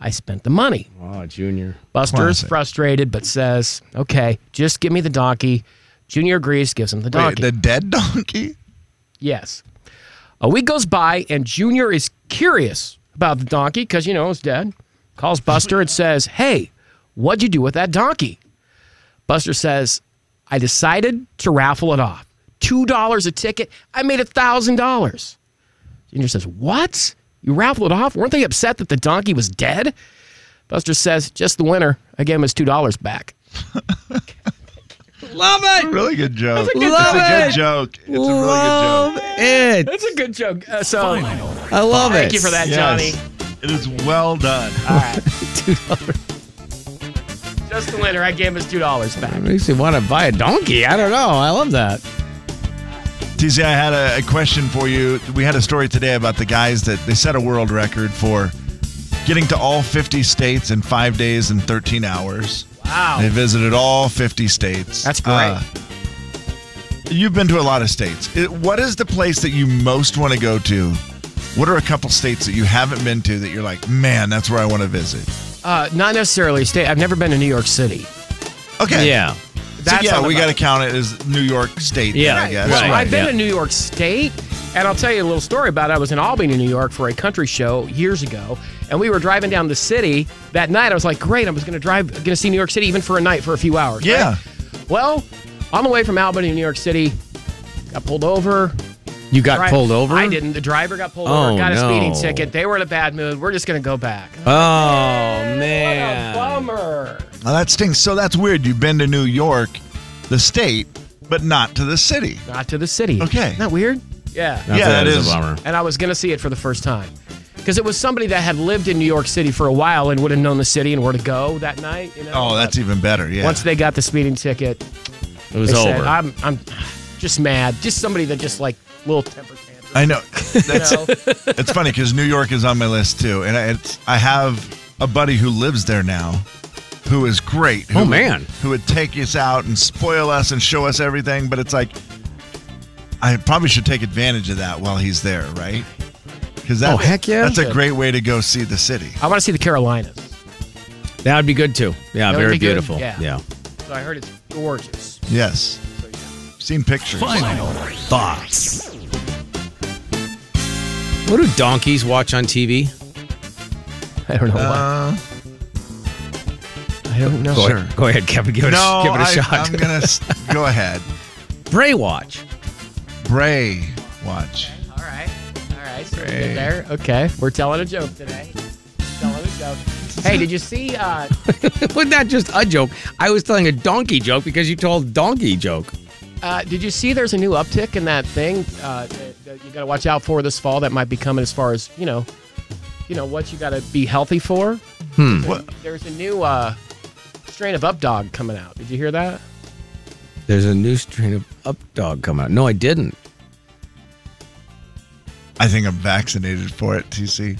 Speaker 3: I spent the money.
Speaker 2: Oh, Junior.
Speaker 3: Buster is
Speaker 1: Classic.
Speaker 3: frustrated, but says, Okay, just give me the donkey. Junior agrees, gives him the
Speaker 1: Wait,
Speaker 3: donkey.
Speaker 1: the dead donkey?
Speaker 3: yes. A week goes by, and Junior is curious about the donkey because, you know, it's dead. Calls Buster and says, Hey, what'd you do with that donkey? Buster says, I decided to raffle it off. $2 a ticket. I made $1,000. Junior says, What? You raffled it off? Weren't they upset that the donkey was dead? Buster says, Just the winner. I gave him his $2 back.
Speaker 2: Love it.
Speaker 1: Really good joke. It's a
Speaker 2: Love
Speaker 1: good
Speaker 2: it.
Speaker 1: joke. It's a really
Speaker 2: Love
Speaker 1: good joke.
Speaker 2: it.
Speaker 3: That's a good joke. Uh, so
Speaker 4: Final.
Speaker 2: I love it.
Speaker 3: thank you for that, Johnny.
Speaker 1: It is well done.
Speaker 3: Just the winner. I gave him his $2 back.
Speaker 2: Makes me want to buy a donkey. I don't know. I love that.
Speaker 1: TZ, I had a, a question for you. We had a story today about the guys that they set a world record for getting to all 50 states in five days and 13 hours.
Speaker 3: Wow.
Speaker 1: They visited all 50 states.
Speaker 3: That's great.
Speaker 1: Uh, you've been to a lot of states. It, what is the place that you most want to go to? What are a couple states that you haven't been to that you're like, man, that's where I want to visit?
Speaker 3: Uh, not necessarily a state. I've never been to New York City.
Speaker 1: Okay.
Speaker 2: Yeah.
Speaker 1: So
Speaker 3: That's
Speaker 1: yeah,
Speaker 3: on the
Speaker 1: we got to
Speaker 3: bucket.
Speaker 1: count it as New York State. then,
Speaker 2: Yeah,
Speaker 1: I guess.
Speaker 2: right.
Speaker 3: Well, I've been
Speaker 2: yeah.
Speaker 3: to New York State, and I'll tell you a little story about it. I was in Albany, New York, for a country show years ago, and we were driving down the city that night. I was like, "Great, I was going to drive, going to see New York City even for a night for a few hours."
Speaker 1: Yeah.
Speaker 3: right? Well, on the way from Albany to New York City, got pulled over.
Speaker 2: You got
Speaker 3: Dri-
Speaker 2: pulled over?
Speaker 3: I didn't. The driver got pulled
Speaker 2: Oh,
Speaker 3: over, got a speeding
Speaker 2: no.
Speaker 3: ticket. They were in a bad mood. We're just going to go back.
Speaker 2: Oh,
Speaker 3: What
Speaker 2: man.
Speaker 3: a bummer.
Speaker 1: Now that stings. So that's weird. You've been to New York, the state, but not to the city.
Speaker 3: Not to the city.
Speaker 1: Okay.
Speaker 3: Isn't that weird? Yeah.
Speaker 2: That's-
Speaker 1: Yeah, that
Speaker 2: is
Speaker 1: is-
Speaker 2: a bummer.
Speaker 3: and I was going to see it for the first time. Because it was somebody that had lived in New York City for a while and would have known the city and where to go that night. You know?
Speaker 1: Oh, that's even better. Yeah.
Speaker 3: Once they got the speeding ticket,
Speaker 2: It was
Speaker 3: they
Speaker 2: over.
Speaker 3: said, I'm, I'm just mad. Just somebody that just like little temper tantrum.
Speaker 1: I know. That's
Speaker 3: You know?
Speaker 1: it's funny because New York is on my list too, and I, it's, I have a buddy who lives there now, who is great. Who
Speaker 2: Oh,
Speaker 1: would-
Speaker 2: man.
Speaker 1: who would take us out and spoil us and show us everything? But it's like, I probably should take advantage of that while he's there, right? Because that,
Speaker 2: Oh, heck yeah.
Speaker 1: that's a great way to go see the city.
Speaker 3: I want to see the Carolinas.
Speaker 2: that would be good, too. Yeah,
Speaker 3: That would
Speaker 2: very
Speaker 3: be good.
Speaker 2: beautiful.
Speaker 3: Yeah.
Speaker 2: yeah.
Speaker 3: So I heard it's gorgeous.
Speaker 1: Yes, seen pictures.
Speaker 4: Final thoughts.
Speaker 2: What do donkeys watch on TV?
Speaker 3: I don't know
Speaker 1: Uh,
Speaker 3: why. I don't know.
Speaker 2: Sure. Go ahead, Kevin. Give it,
Speaker 1: no,
Speaker 2: a, give it a
Speaker 1: I,
Speaker 2: shot. *laughs*
Speaker 1: I'm gonna s- go ahead.
Speaker 2: Bray watch.
Speaker 1: Bray, watch.
Speaker 3: All right. All right. So we're
Speaker 1: Hey.
Speaker 3: good there. Okay. We're telling a joke today. Telling a joke. Hey, did you see? Uh,
Speaker 2: *laughs* Wasn't that just a joke? I was telling a donkey joke because you told donkey joke.
Speaker 3: Uh, did you see there's a new uptick in that thing uh, that, that you got to watch out for this fall that might be coming as far as, you know, you know what you got to be healthy for?
Speaker 1: What?
Speaker 3: There's a new uh, strain of up dog coming out. Did you hear that?
Speaker 2: There's a new strain of up dog coming out. No, I didn't.
Speaker 1: I think I'm vaccinated for it, TC.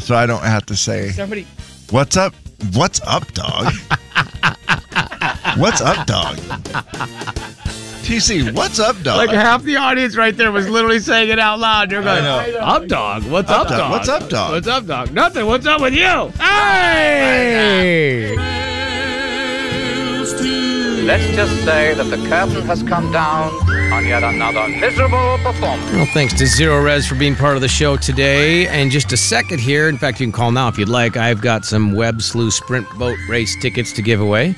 Speaker 1: so I don't have to say
Speaker 3: Somebody,
Speaker 1: what's up. What's up, dog? what's up, dog? TC, what's up, dog?
Speaker 2: Like half the audience right there was literally saying it out loud. They're going,
Speaker 1: I know.
Speaker 2: "Up dog, what's up,
Speaker 1: dog,
Speaker 2: dog?
Speaker 1: what's up, dog?"
Speaker 2: What's up, dog? Nothing. What's up with you? Hey!
Speaker 8: Let's just say that the curtain has come down on yet another miserable performance.
Speaker 2: Well, thanks to Zero Res for being part of the show today. And just a second here. In fact, you can call now if you'd like. I've got some Web Slew Sprint Boat Race tickets to give away.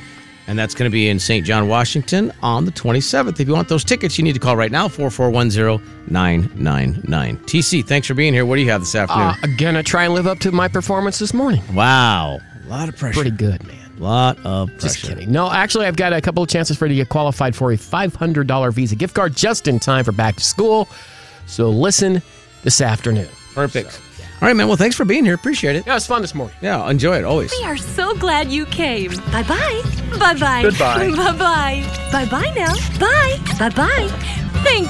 Speaker 2: And that's going to be in St. John, Washington on the 27th. If you want those tickets, you need to call right now 4410999. TC, thanks for being here. What do you have this afternoon?
Speaker 3: uh, gonna try and live up to my performance this morning.
Speaker 2: wow. A lot of pressure.
Speaker 3: Pretty good, man.
Speaker 2: lot of pressure.
Speaker 3: Just kidding. No, actually, I've got a couple of chances for you to get qualified for a $500 Visa gift card just in time for back to school. So listen this afternoon.
Speaker 2: Perfect. All right, man. Well, thanks for being here. Appreciate it.
Speaker 3: Yeah, it was fun this morning.
Speaker 2: Yeah, enjoy it always.
Speaker 6: We are so glad you came. Bye bye. *laughs* Bye bye. Goodbye. Bye bye. Bye bye now. Bye. Bye bye. Thank